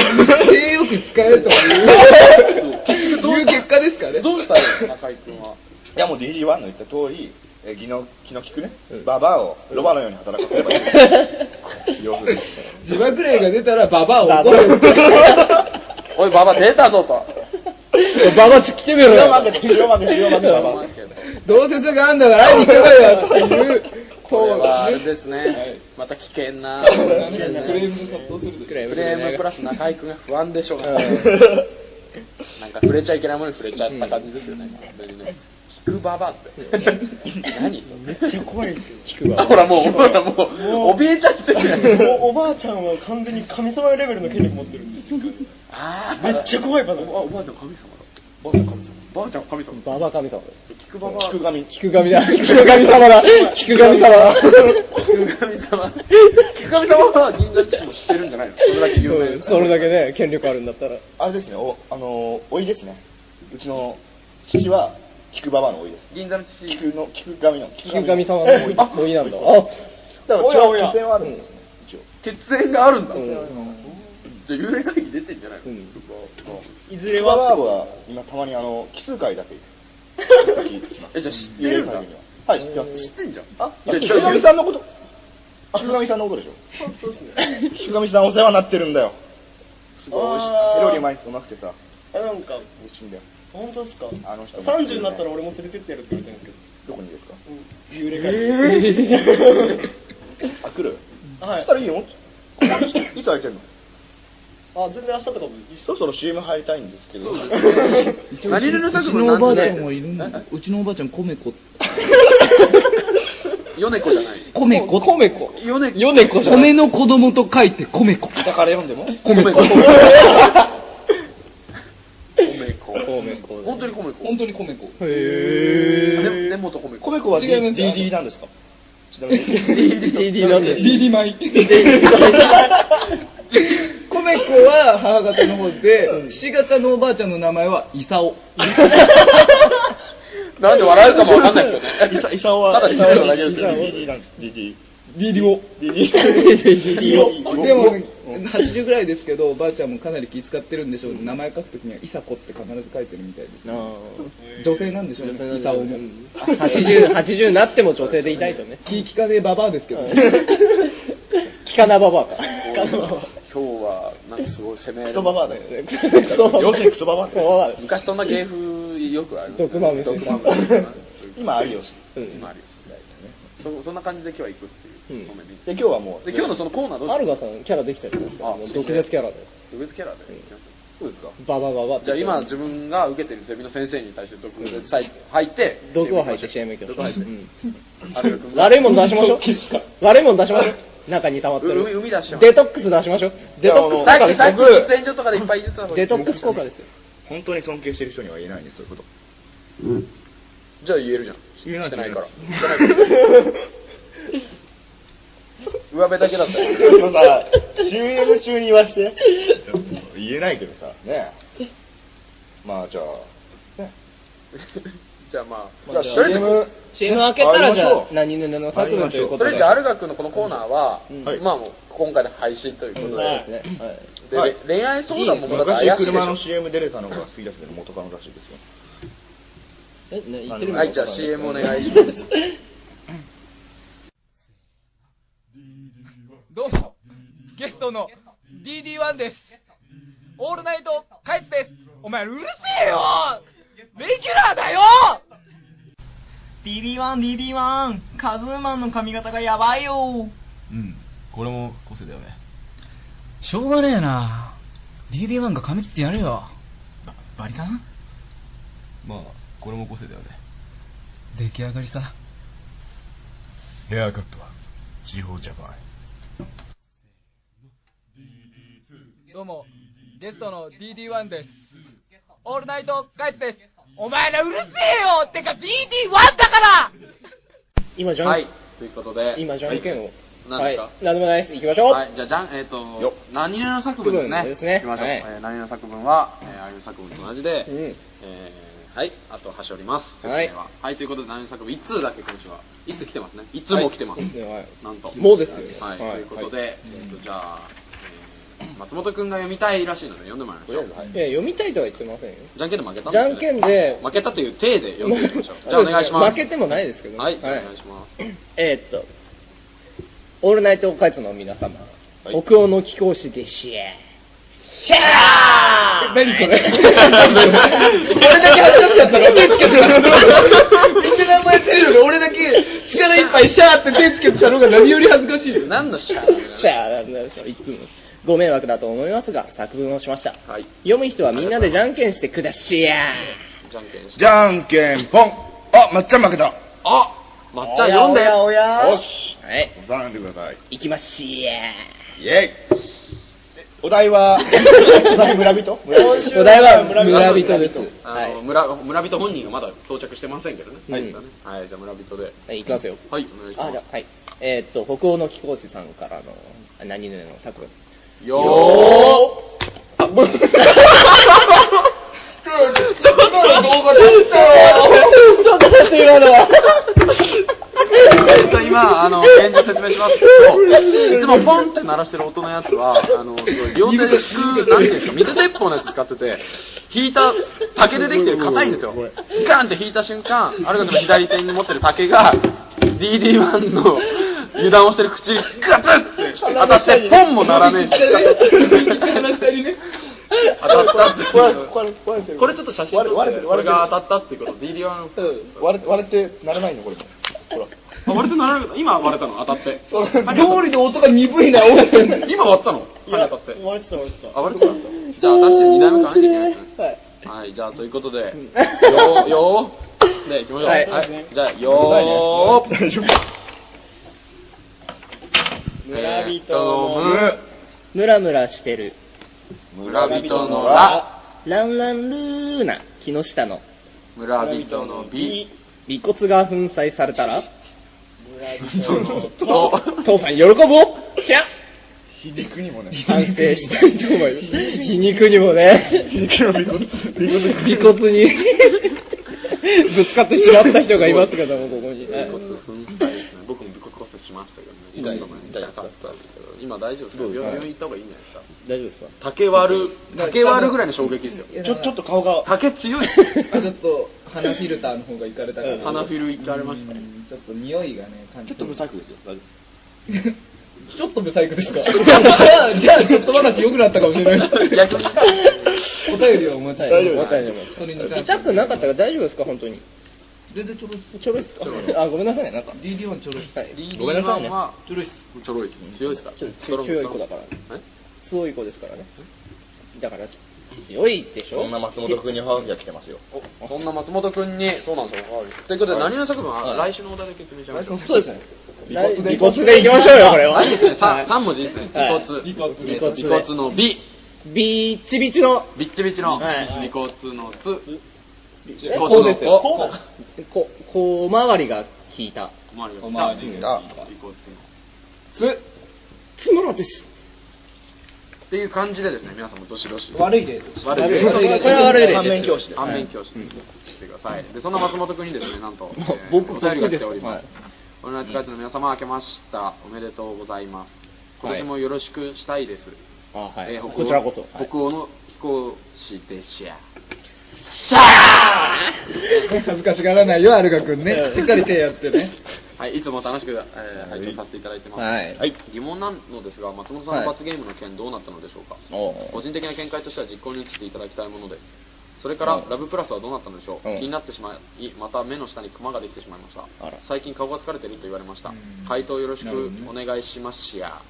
低よく使えるといういう結果ですかね
どうしたらいいの中居君はい
やもう DD1 の言った通りえ気の気の利くね、ババアをロバのように働かせればいい要するに
自爆霊が出たらババアを怒る
おいババ出たぞと
あババチ来てみろ
塩
よ
まけて塩まけて塩まけてババア
どうせすぐあんだから会いに行けばよっていう
これ
そう
はあれ
ね
ですね、また危険な
ク
ですね
レームが殺到する
クレー
フ
ム
レームプラス中居君が不安でしょうがないなんか触れちゃいけないものに触れちゃった感じですよね、本当にね聞くばばって 何めっちゃ怖い聞くばばほらもうほらもう怯えちゃってる
おおばあちゃんは完全に神様レベルの権力持ってるんですよ
あー
めっちゃ怖いパターン
おおばあちゃん神様だおばあちゃん神様ばあちゃん神様
ババ神様
そう聞くばば
聞く神
聞く神だ聞く神様だ 聞く神様だ
聞く神様聞く神様は銀座の父も知ってるんじゃないのそれだけ有名
うんそれだけね権力あるんだったら
あれですねおあのー老いですねうちの父は菊ババアの老いです
銀座の父
菊の菊神の
聞く神様のおいなんだあ
だから
おやおや
血縁はあるんですね一応
血縁があるんだ、
うん
じゃあ幽霊会議出てんじゃないの、
うん
菊ばば
いずれ
菊ババア
は
は今たまにあの奇数回だけ行きます
えじゃあ知ってるんだ
幽霊会議にははい知ってます
知ってんじゃん
あ、
いや
菊神さんのこと菊神さんのことでしょ菊神さんお世話になってるんだよすごい美味し
あー
い料理うまいうまくてさ
あなんか
美味しいんだよ
本当ですか
あの人も
30になったら俺も連れてってやるって言われてるんで
どこにですか
すけど幽霊が、
あ、来るそ
はい
したらいいよいつ空いてんの
あ全然明日とかもいいっす
そろそろ CM 入りたいんですけど
そうですね。何での
う
社
ち
長
のおば
も
あ
な
ち
ん
ゃ
と
ん
ね
もいるんだうちのおばあちゃんコメコ
ヨネコじゃない。
コメココメコ
ヨネコ。
ヨネコじゃない
米の子供と書いてコメコ
下から読んでも
コメコ。コメコ。
コメコ
本当にコメコ。
本当にコメコ
へ根元コメコ。
コメコは
違います
DD なんですかちなみに
DD なんで
DD 米コメコは母方の方で父方のおばあちゃんの名前はイサオ
なんで笑うかもわかんないけどね。
イサイサオは
ただ
イサオなだけ
イ
ですけど
サオ
DD なんです DD
DD を
DD
でも80ぐらいですけどおばあちゃんもかなり気使ってるんでしょう名前書くときにはイサコって必ず書いてるみたいです女性なんでしょうねイサオも
80 80になっても女性でいたいとね
気利かねえババアですけどね
聞かなババアか
今日はなんかすごい攻め
クソババアだよ
クソババア
要するにクソババアだよ
クソババア
昔そんな芸風よくある。
毒まぶし
毒まぶし。す
今有吉
うん
今あるよそそんな感じで今日は行くっていう、
うん
ごめんね
で今日はもう
で今日のそのコーナーどうし
アルガさんキャラできたじゃないですか
あ
もう毒舌キャラで
独立キャラで、そうですか
ババババって
じゃあ今自分が受けてるゼミの先生に対して毒でさい入って
毒を吐いて CM 行きまし
毒を
ょう
吐いて、
うん
あるが君が
悪いもん出しましょう悪いもん出しましょう中に溜まって
う海
る
海出しちゃう
デトックス出しましょうデトックス
さ
効
っ
果
き
で
さっき
す
喫煙所とかでいっぱい出てた方がい
デ
い
トックス効果ですよ
本当に尊敬してる人には言えないねそういうこと
じゃあ言えるじゃん
言えない
してないから
言
してないから上辺だけだったよ
でもさ CM 中に言わして言えないけどさねまあじゃあ、ね、
じゃあまあ
じゃあ
とりあえず
CM
CM 開けた
あ
ら
り
じ
ま
ゃ
しょ
あ
う
何ぬの作文ということと
りあ
で
えずアルガ君のこのコーナーは、
うん
まあもう今回で配信ということで,、
そうですねはい
で
はい
恋愛相談ももうだって
昔
怪しいでし
車
ょ
の CM 出れたのが好きだけど元カノらしいですよ
えな言ってるの
はい、じゃあ CM お願いします。
どうも、ゲストの DD1 です。オールナイトカイツです。お前、うるせえよレギュラーだよ !DD1、DD1、カズーマンの髪型がやばいよ
うんこれも個性だよね
しょうがねえな DD1 が髪切ってやれよバリカン
まあこれも個性だよね
出来上がりさ
ヘアカットは地方ジャパン
どうも、ゲストの DD1 です。オールナイトカイツです。お前らうるせえよてか DD1 だから
今じゃん、
はい、ということで、
今じゃんけんを
何ですか
はい、何でもないです行きましょう、
はい、じゃあ、じゃん、えっ、と
よ、
何々の作文ですね。
作文ですね
いきましょう。
はい
えー何々の作文は、えーああいう作文と同じで、
うん
えーはい、あと端折ります。
はい
説明はい、ということで、何々の作文、一通だけ今週は。一通来てますね。一通も来てます。
はい一通はい
なんと。
もうですよね
はい、
はい
ということで、えっ、と、じゃあ、えー松本くんが読みたいらしいので、読んでもらいましょう。
いや読みたいとは言ってませんよ
じゃんけんで負けたんですよね
じゃんけんで
負けたという体で読んでみましょう。じゃあ、お願いします。
負けてもないですけどね
はい、じゃあお願いします。
えーっと「オールナイトオカイツの皆様、
はい
北欧の貴公子でしえ」シャー何これ俺だけ恥ずかしかったの手つけてたみんな名前てるのに俺だけ力いっぱいシャーって手つけてたのが何より恥ずかしいよ
何のシャー
シャーなんでしょういつもご迷惑だと思いますが作文をしました
はい、
読む人はみんなでじゃんけんしてくだしや
じゃんけんして。
じゃんけんぽんあまっちゃん負けた
あ抹茶読んで
おや
よし
はい
おさんでください
行きましや
イェイお題 はお題村人
お題は村人です
あ
はい
の村村人本人がまだ到着してませんけどね。
うん
はい、はい、じゃあ村人で。
はい行きますよ
はい、お願いし
あ
ま
じゃあはいえーっと北欧の貴公子さんからのあ何々の 作文
す。よー
ちょっと待って今のは
えっと、今、あの、現状説明しますけど、いつもポンって鳴らしてる音のやつは、あの、両手で引く、なんていうんですか、水鉄砲のやつ使ってて、引いた竹でできてる硬いんですよ。ガンって引いた瞬間、あるがでも左手に持ってる竹が、DD1 の油断をしてる口にガツッて当たって、ポンも鳴らねえし、
話したりね
当たったっていう。
れ壊れて
これちょっと写真撮って
割れてる
こ
割
れ
れて
が
る
当たったっていうこと DD1
割れ割れてならないのこれもほら
あ割れてならなかった今割れたの当たって
料理の音が鈍いな俺
今割ったの今当たって
割れてた割れてた
あ割れたじゃあ新しい2代目買わなきゃいけないですねはいじゃあということでよーよーで行きましょう
はい
はいじゃあよー
大丈夫
村
えーっ
人
と
の
ムラムラしてる
村人のラ
ランランルーナ木下の
村人のビ
尾骨が粉砕されたら
村
人
人の
のと
父さん喜ぶをキャッ
皮肉にもね
反省したいと思います。皮肉にもね、
皮肉の尾骨
尾骨にぶつかってしまった人がいますけども、ここ
尾
に。
骨粉砕ですね僕も尾骨骨折しましたけどね
痛いです
痛かったですけど今大丈夫ですか病院行った方がいいんじゃないですか
大丈夫ですか
竹割る竹割るぐらいの衝撃ですよ
ちょちょっと顔が
竹強い
あちょっと鼻フィルターの方がいかれたか な
鼻フィル行かれましたね
うんちょっと匂いがね感じ
ちょっと不細工ですよ 大丈夫です
ちょっとブサイクですかじゃあじゃあちょっと話良くなったかもしれない
逆に
お便りをお待ちして
大丈夫
お
大
便りをお待ちしております
痛くなかったから大丈夫ですか、本当に。
全然ちょろいっす
ちょろいっすかあ、ごめんなさい、なんか。
DD1 ちょろいっす、はい、
ごめんなさいね
DD1 は
ちょろいっす
ちょろいですね。強いですか
ちょっと強強い子だから
え
強い子ですからね。だから、強いでしょ
そんな松本君にハーフが来てますよ。
おそんな松本君に、そうなんですよ。ということで、何の作文は
はい
来週のお題だけ決めちゃいましょう。
そうですね。
尾骨で
尾骨でいきましょうよ、これは。
いいですね。さ3文字ですね。
はい
尾
尾
骨。
骨
えっと尾骨の美。
ビーチビチの、
ビッチビチの、
はい
尾骨のつ。
え
尾
こう
骨の
ですよ。
こ
こう、こう、こう、回りが効いた。
おまわりが来た。
あ
尾骨の
つまらです。
っていう感じでですね、皆さんもどしどし。
悪いで
悪い
これは悪いです。反面教師
反面教師してください。で、そんな松本君にですね、なんと、えー
僕
お便りが来ており
僕です
ます。オールナイトカイツの皆様、明けました。おめでとうございます。今
はい
年もよろしくしたいです。
あ、はい。
えー北欧
こちらこそ。はい
北欧の飛行士でしや。
恥ずかしがらないよアルガ君ねしっかり手やってね
はい、いつも楽しく、えー拝聴させていただいてます。
はい。
はい。
疑問なのですが、松本さんの罰ゲームの件どうなったのでしょうか、
おう
個人的な見解としては実行に移っていただきたいものですそれから、ラブプラスはどうなったのでしょう、
うん
気になってしまいまた目の下にクマができてしまいました
あら
最近顔が疲れてると言われました、
ん
回答よろしくお願いします や、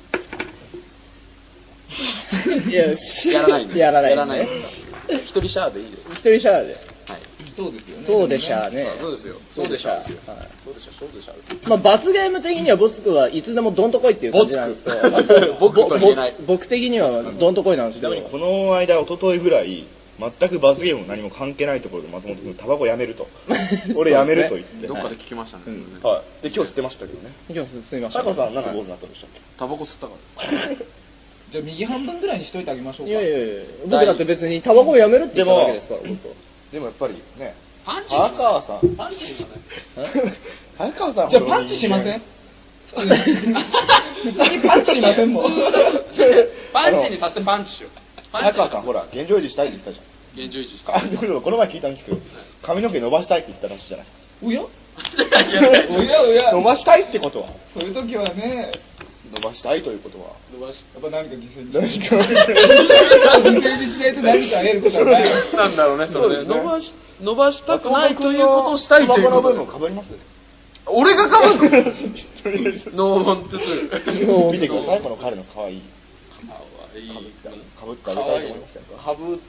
い や、し
やらないんです
やらない。
やらないんです一人シャアでいいです
一人シャアで。
はい
そうですよね
そうでしたね
あ。そうですよ
そうでした。は
そうでし
い
そうでしょそうでしょ
まあ、罰ゲーム的にはボツクはいつでもどんとこいっていう感じなんですけど
ボツ ク僕とは言えない
ぼぼ僕的にはどんとこいなんです
ち
け
な
ど、
みにこの間、一昨日ぐらい、全く罰ゲームも何も関係ないところで松本君、タバコやめる と俺やめると言っ
ど
て、
っかで聞きましたね、
うん
それね
はい、で今日捨てましたけどね、
今日すみませ
タ
ん
コさん、なんか坊主になったんでしたっけ
タバコ吸ったから
じゃあ右半分ぐらいにしといてあげましょう
い
か
やいやいや僕だって別にタバコをやめるって言ったわけですから僕は
でもやっぱりね、
パンチ
早川さん、
パンチにはね
早川さん、
じゃあパンチしません普通にパンチしませんもん
パンチにさせてパンチしようパン
早
チに
川さん、ほら、現状維持したいって言ったじゃん。
現状維持した
あでもこの前聞いたんですけど、髪の毛伸ばしたいって言ったらしいじゃないです
おや
いやいやいや
おやおや
か。伸ばしたいってことは、
そういう時はね
伸ばしたいということは、
伸ばし
やっぱ何か犠牲に何か 犠牲にしないと何か得ることはない
なんだろうね、それね。伸ばし、伸ばしたくないということをしたいという
タバ
こ
コ
と
の分もかぶります
俺がかぶるのノーマンツー。
見てください、この彼の可愛い。
かわいい。
かぶってあげたいと思いますけど。
かぶ、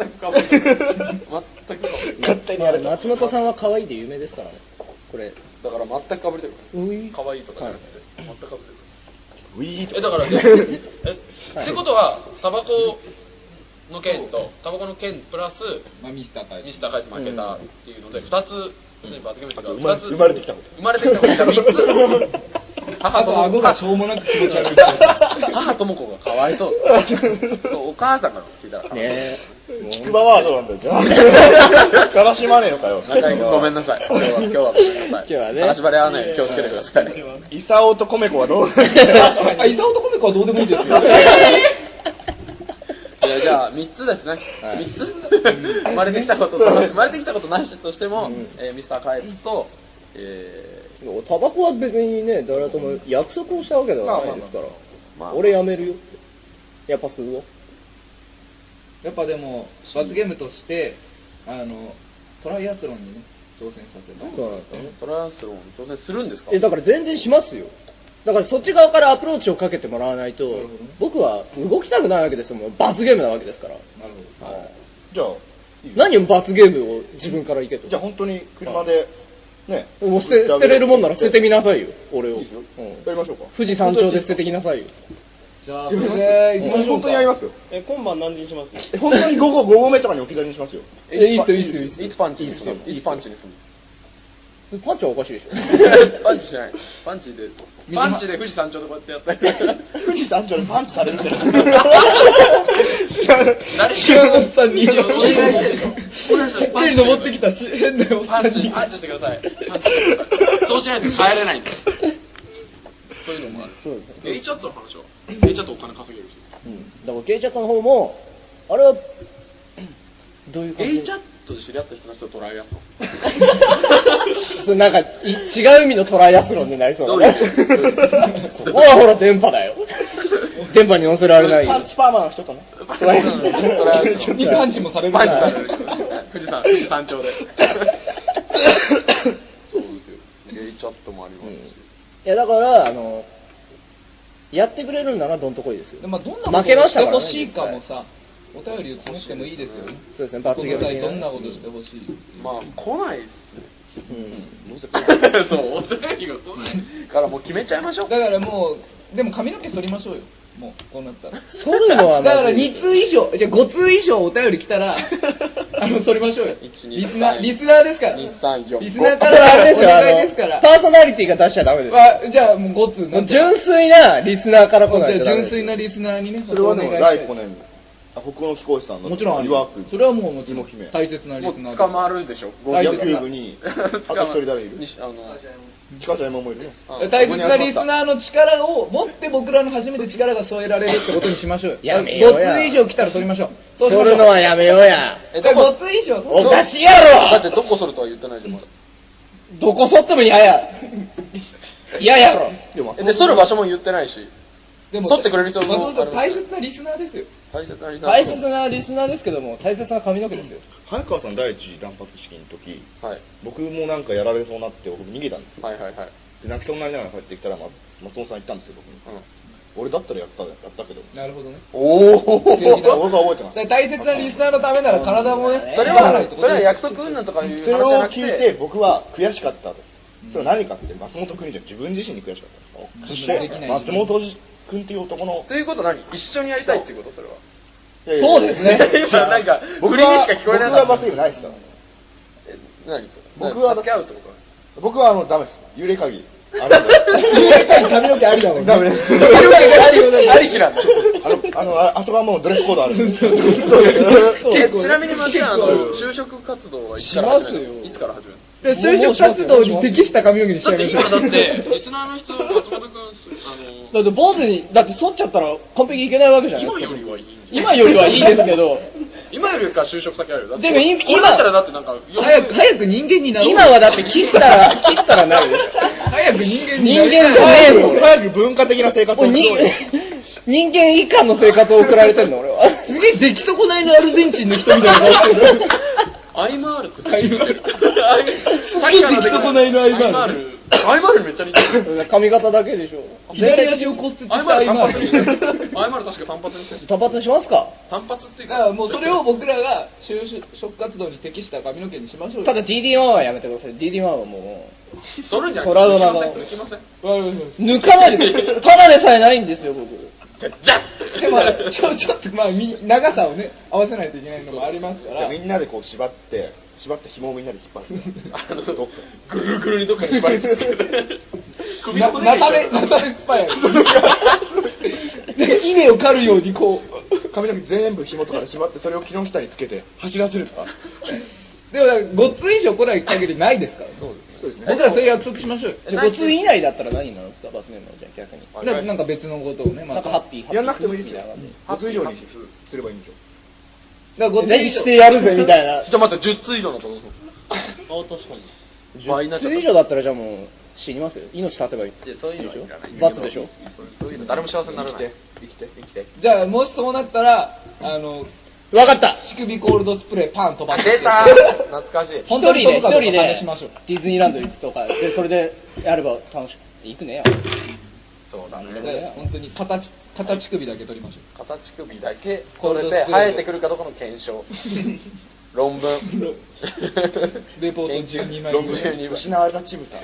全くかぶる。全くかぶる。
勝手に
ま
や
あ
るな。
松本さんは可愛いで有名ですからねこれ
だから全くかぶりたく
うい
ない。かわいいとかじゃなくて、全くかぶる。
ウィー
え、だから、え、えってことは、タバコの件と、タバコの件プラス、
まあミスタータイ
ミスターカイツ負けたっていうので、二つ、別に罰ゲームっていうか二つ
生まれてきたこと
生まれてきたことが3つ。母
あ
と
と
孫
顎
が
がしょうもなく気持ち悪い
母とも子がかわいそうお母さんから聞いたら
ね
キクバワードなんだよ、じゃあ。悲しまねえのかよ。
中居君ごめんなさい今日は今日はごめんなさい
今日はね
話ばれ合わないように気をつけてください
イサオとコメコはどう
あ伊沢とコメコはどうでもいい ですよ
いやじゃあ3つですね、三つ生まれてきたことと生まれてきたことなしとしても、えーミスターカイツと、え
タバコは別にね誰とも約束をしたわけではないですから、
まあまあまあ
俺やめるよってやっぱするわ
やっぱでも罰ゲームとしてあのトライアスロンにね挑戦させた
そうなんですよね
ー、トライアスロン挑戦するんですか
えだから全然しますよだからそっち側からアプローチをかけてもらわないと、
なるほどね
僕は動きたくないわけですよもう罰ゲームなわけですから
なるほど
じゃあ、
何を罰ゲームを自分からいけと
じゃあ本当に車で、ね。
もう捨て捨てれるもんなら捨ててみなさいよ俺を
いいですよ
うん
やりましょうか。
富士山頂で捨ててきなさいよ
じゃあそれで行きましょう
本当にやりますよ。
え今晩何時にします
本当に午後5合目とかに置き去りにしますよ。
えいいっすよいいっすよいいっすよ
いつパンチにするのいつパンチにするの
パンチはおかしい でしょ
パンチしないパンチでパンチで富士山頂でこうやってやった り
富士山頂にパンチされるみたい
誰かおっさんにお願いしてでしょお願いしてパンチ登ってきたし変なパンチパンチしてくださいパンチしてくださいそうしないと帰れないんでそういうのもある
そうですね
で A チャットの話は A チャットお金稼げるし
だからゲイチャットの方もあれはどういう感じ
A チャットで知り合った人の人とトライアスロン
それなんかい違う意味のトライアスロンになりそうだね
どういう意味
そう ほらほら電波だ よ電波に乗せられない
な。パ
よ
ンチパーマの人かな。
トライアスロン
にパンチもされる
パンチ
ら
される富士山富士山頂でそうですよ。ゲイチャットもありますし。
いや、だから、あの、やってくれるんだな、どんとこいですよ。
でまあ、どんな
負けましたか
ほ
らね
しいかも
実際
さ、お便りを募ってもいいですよね。
そうですね罰ゲーム的な
どんなことしてほしい。
まあ、来ないですね。
うん。
どうせ来ない。そう、お便りが来ない。からもう決めちゃいましょう。
だからもう、でも髪の毛剃りましょうよ。もう、こうなったら。
そんなのは
だか
ま
ら
ずい
2通以上、じゃあ5通以上お便り来たら、あの、撮りましょうよ。リ
1 2
スナー、
3
リスナーですから。
2 3 4
リスナー
こ
か
れあ
ら
れ
お
ですよ、あ
願いですから。
の、パーソナリティが出しちゃダメですよ。
あじゃあもう5通
も
な
うん
ちゃう
純粋なリスナーから来ないと
じゃ
ダ
あ純
メです
粋なリスナーにね、
それはでも
お願い
第
したい
5年あ北欧の貴公子さんの
もちろんありま
岩国
す。それはもうもちろ
芋姫
ん大切なリ
も
スナー
う
で
捕まるでしょ。
大丈夫
野球部にあと一人誰いる
西あの、
近島ももいるよ
大切なリスナーの力を持って僕らの初めて力が添えられるってことにしましょうよ。
やめようや
5通以上来たら取りましょう。
そるのはやめようや。
え、だから5通以上。
おかしい
だ
や
ってどこそるとは言ってないじゃん、まだ。
ろどこそっても嫌や。 嫌やろ。
えで、剃る場所も言ってないし、
で
剃ってくれる人も
松本さん
あ
大
れ
切なリスナーですよ。
大切なリスナー
大切なリスナーですけども、大切な髪の毛ですよ。
早川さん第一次断髪式の時
はい。
僕もなんかやられそうになって僕逃げたんですよ
はいはいはい。
で泣きそうになりながら帰ってきたらま松本さん言ったんですよ僕
う
に
ん
俺だったらやったやったけど
なるほどね。
おお
正義だ
俺が覚えてます
大切なリスナーのためなら体もね、
それは、それは約束うんぬんとかいう
それ
話じゃ
を
なく
聞いて
て、
僕は悔しかったですそれは何かって松本君じゃ自分自身に悔しかったんですそして松本君っていう男の
ということは何一緒にやりたいっていうことそれは。
そう
ですね
今 なんか、振
僕
りにしか聞こえなか
僕は
っ
罰
た
ゲー。ムないですか
え
ら
何
僕は
助け合うってこと
僕はあのダメです幽霊鍵あれ幽霊鍵髪の毛ありだもんダメです
ありありきなんだ。
あのあのああそこはもうドレスコードあるんで
えちなみに松はあの就職活動はいつから始めるのいつから始めるの
で就職活動に適した髪の毛にし
だ
て
っ
やり
て
まし
今だ
ょ
っ
う。
て、リスナーの人、松本君、あ
だって坊主に、だって剃っちゃったら完璧いけないわけじゃ
の、
ない
今よ
ですか。
りはいいんじゃない
今よりはいいですけど、
今よりか就職先あるよ。だって
でも今
俺だったらだってなんか、
早く、早く人間になろう。
今はだって切ったら、切ったらなるでしょ。
早く人間にな
人間
り
じ
たい
ゃねえもん、俺
早く文化的な 生活を
もう人人間以下の生活を送られてんの、俺は。
すげえ出来損ないのアルゼンチンの人みたいな顔して る。
アイマールって言って る。アイマール。アイマール。アイマールめっちゃ似てる。
髪型だけでしょ。
左足を骨折
アイ
した
マール
今。
単発にしてる
だ。
アイマール確か単発にしてる。
単発にしますか
単発っていう
から
か、
もうそれを僕らが就職活動に適した髪の毛にしましょうよ。
ただ DD1 はやめてください。DD1 はも
それじゃ
トラウマが
抜きませ
わか
ん。
りまし
う、抜かない で、ただでさえないんですよ、僕。
じゃった
でもちょちょっとまあみ長さをね合わせないといけないのもありますから。
みんなでこう縛って縛って紐をみんなで引っ張 る
あの、ぐるぐるにどっかに縛り付けて。首の
な
骨に
たで、なたでっぱ い。なんか稲を刈るようにこう。
髪の毛全部紐とかで縛ってそれを木の下につけて走らせるとか
でもなんか5通以上来ない限りないですから。そうですね。僕らそれ約束しましょうよ。
じゃあ5通以内だったら何になるんですか、バスメンの、じゃあ逆に。
だからなんか別のことをね、
な
ま
ん
た。
かハッピー、ハッピー。
やんなくてもいいですよ
みたな感じ
初以上にすればいいんでしょ
だから5通以
何
上
してやるぜ、みたい
じ
な。
ゃあ待って、10通以上のとどうぞ。倍になっちゃっ
そ
た
れ以上だったらじゃあもう死にますよ命絶てばいい
いやそういうのはいらない
罰でしょ
そうそういうの誰も幸せにならない生きて生きて
じゃあもしそうなったら、あの、
分かった
乳首コールドスプレーパン飛ばす。
出た懐かしい
一
本
人
当
で
に
一
飛ぶかど
人
うか
で
試しましょう
ディズニーランド行くとかでそれでやれば楽しく行くねや
そうだ
だから
ね
本当に形、形首だけ取りましょ
形首だけ取れて生えてくるかどうかの検 証論文
レポート
研
12
究
枚
論文12枚
失われたチブさ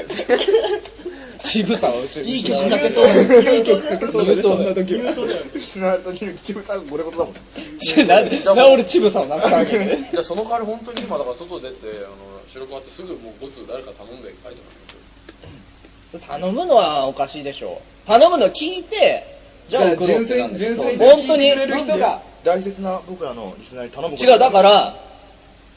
渋さを
う。いい曲かけそう。いい曲かけそうだね。そんな時は。
失われたチブさんこれことだもん
なんでなんで俺チブさんなんかあげる
じゃあその代わり本当に今だから外出てあの収録終わってすぐもう5通誰か頼んで書いて
頼むのはおかしいでしょう頼むの聞いてじゃあ送ろうってなんで
純粋に純粋に
そう本当に
聞いてくれる人が
大切な僕らのリスナーに頼むこと
違うだから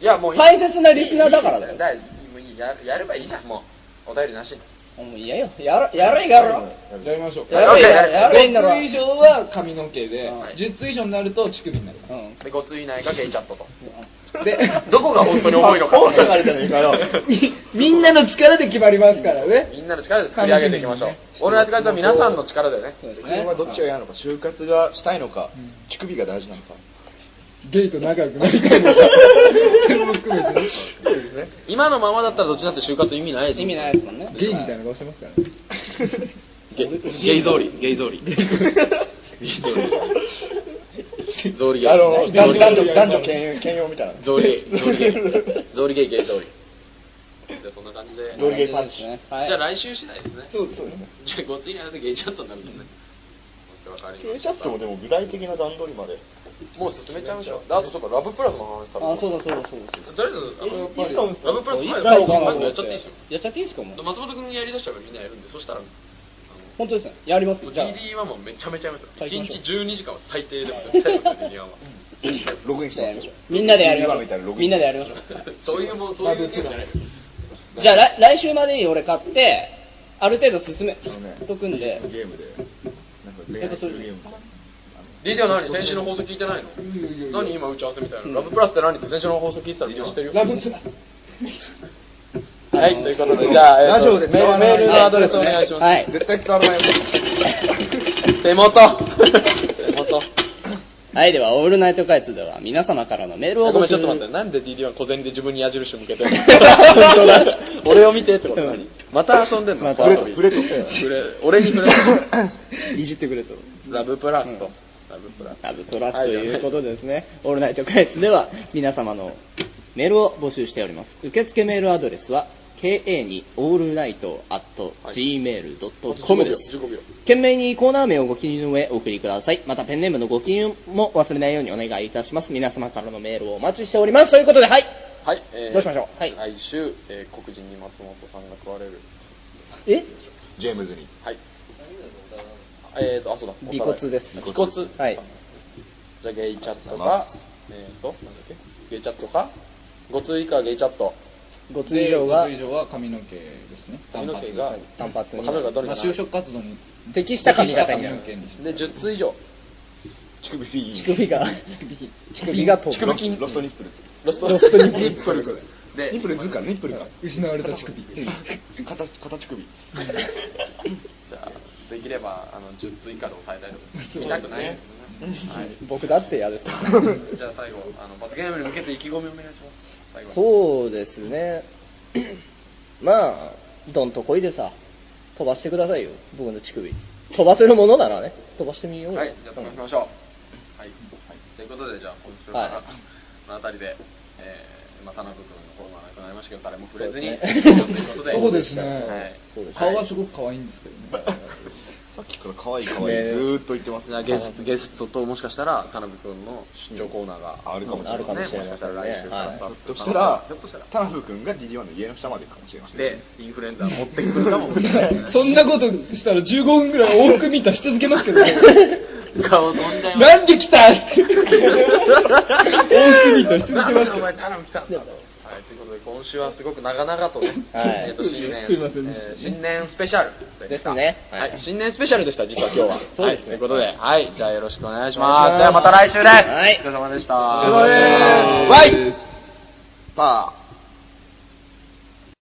いやもういい
大切なリスナーだからだよ
だもういいややればいいじゃんもうお便りなし
もう嫌よやろやれやろ
やりましょう。
やろやろやろやろ
5通以上は髪の毛で、
はい
10通以上になると乳首になる。
うん
で5通以内がゲイチャットと
で、
どこが本当に重いのか
本書かれてるから
みみんなの力で決まりますからね。
みんなの力で作り上げていきましょう。俺らって感じは皆さんの力だよね。
そうです
自分
ね
はどっちが嫌なのか就活がしたいのか乳首が大事なのか
ゲイと仲良くなりたいのかそれも含めてね
今のままだったらどっちだって就活意味ないです
意味ないですもんね
ゲイみたいな顔してますからね
ゲゲイゾーリゲイゾーリゲイゾーリゾーリゲイ
あの
ゾー
男
リゲ
女
イ
男女男女兼用兼用みたいな
ゾーリゲイゾーリゲイゾーリゲイゲイゾーリじゃあそんな感じで
ゾーリゲイパンチ
ね
じゃあ来週次第ですね
そうそうね
じゃあごついにあるとゲイチャットになるんですねわかりました
ゲイチャットもでも具体的な段取りまで
もう進めちゃいましょうあとそうかラブプラスの話されて
あそうだそうだそうだ
誰のラブプラス
いいですか
ラブプラス前
いいですか
さっきやっちゃっていいですよ
やっちゃっていいですかもう
松本君がやりだしたらみんなやるんでそしたらあの
本当ですねやりますじゃあ
TD1 もめちゃめちゃやりますよ
はい行
1
きましょう
日12時間は最低でも絶 対やりますよ TD1 は
ログインしてますよ
みんなでやりま
今みたいなロ
しょう
グイ
み
ン
んなでやりましょう
そういうもんそういうゲームじゃないです
じゃあ来来週までに俺買ってある程度進め
あのね
とくんで
ゲームでなんか恋愛するゲーム
リディア何先週の放送聞いてないの何今打ち合わせみたいなラブプラスって何って先週の放送聞いてたら知ってるよ
ラブプラ
はいということでじゃあ
ラジオで
メ
伝わらない
ールのアドレスお願いします
はい
絶対伝わらない
手元手元
はいではオールナイト開通では皆様からのメールを
ご
募
めんち
集
ょっと待ってなんで DD は小銭で自分に矢印向けてる の俺を見てってこと何また遊んでんの
また
この度
触
れと
触れ俺に触れと
いじってくれと
ラブプラス
う
と
ん
ラブプラス
ラブトラスということでですね、オールナイト開発では皆様のメールを募集しております。受付メールアドレスは、ka にオールナイト at gmail.com です。
15秒
懸命にコーナー名をご記入の上お送りください。またペンネームのご記入も忘れないようにお願いいたします。皆様からのメールをお待ちしております。ということで、はい。
はい、えー
どうしましょうはい
来週、えー黒人に松本さんが食われる
え
ジェームズに
はいえーとあそうだ
尾骨です
尾骨
はい
じゃあゲイチャット
ありが
かえーとなんだっけゲイチャットかごつ以下ゲイチャット
ご通常が
ご通常は髪の毛ですね
髪の毛が
単発に
まあ髪の毛がどれ
ま
か
あ
な
就職活動に
適した髪型にな
適
る
した。髪の毛に
で10通以上
乳首フィ
乳
ー
首が、乳首が飛ぶ。
ロスロストニップルズ
ロスト
ロストニップル
ニップルズで
ニップルズかニップルか
失われた乳首
片片乳首
じゃあできればあの10通以下で抑えたいと思います見たくないですねはい
僕だって嫌です。
じゃあ最後あの罰ゲームに向けて意気込みをお願いします最後
そうですね まあどんとこいでさ飛ばしてくださいよ僕の乳首飛ばせるものならね飛ばしてみようよ
はい、じゃあ飛ばしましょう。はい、ということで、じゃあ、今週から、
はい
この辺りで、えー、まあ、田辺君のコーナーなくなりましたけど、誰も触れずに、
そうで
と
す
い
ね
うことで、
そうですね
はい、
そうです
顔はすごく可愛いんですけどね
さっきから可愛い可愛いずーっと言ってます
じゃあゲストゲストともしかしたら田辺君の出張コーナーが
あるかもしれない
あるかもしれ
も
ない
しかした
です
ら来週からスター
ひ
ト
ょっと
す
し
る可能
たら
性ひょっとしたら
田辺君が DD1 の家の下まで行くかもしれません
でインフルエンザ持ってくるかもしれない
そんなことしたら15分ぐらい往復見たし続けますけどね
顔飛んじゃいます
なんで来た って往 復見たし続けま
なん
し
で
た
お前頼む来たんだろうはい、ということで今週はすごく長々とね、
はい
えーと 新年、
すいません
えー新年スペシャルでした
ですね
はい、新年スペシャルでした実は今日は。
そうで
は
すね
いということで、はい、じゃあよろしくお願いします。ではまた来週です。
はい
お疲れ様でした。
お疲れ様です
バイ。パー。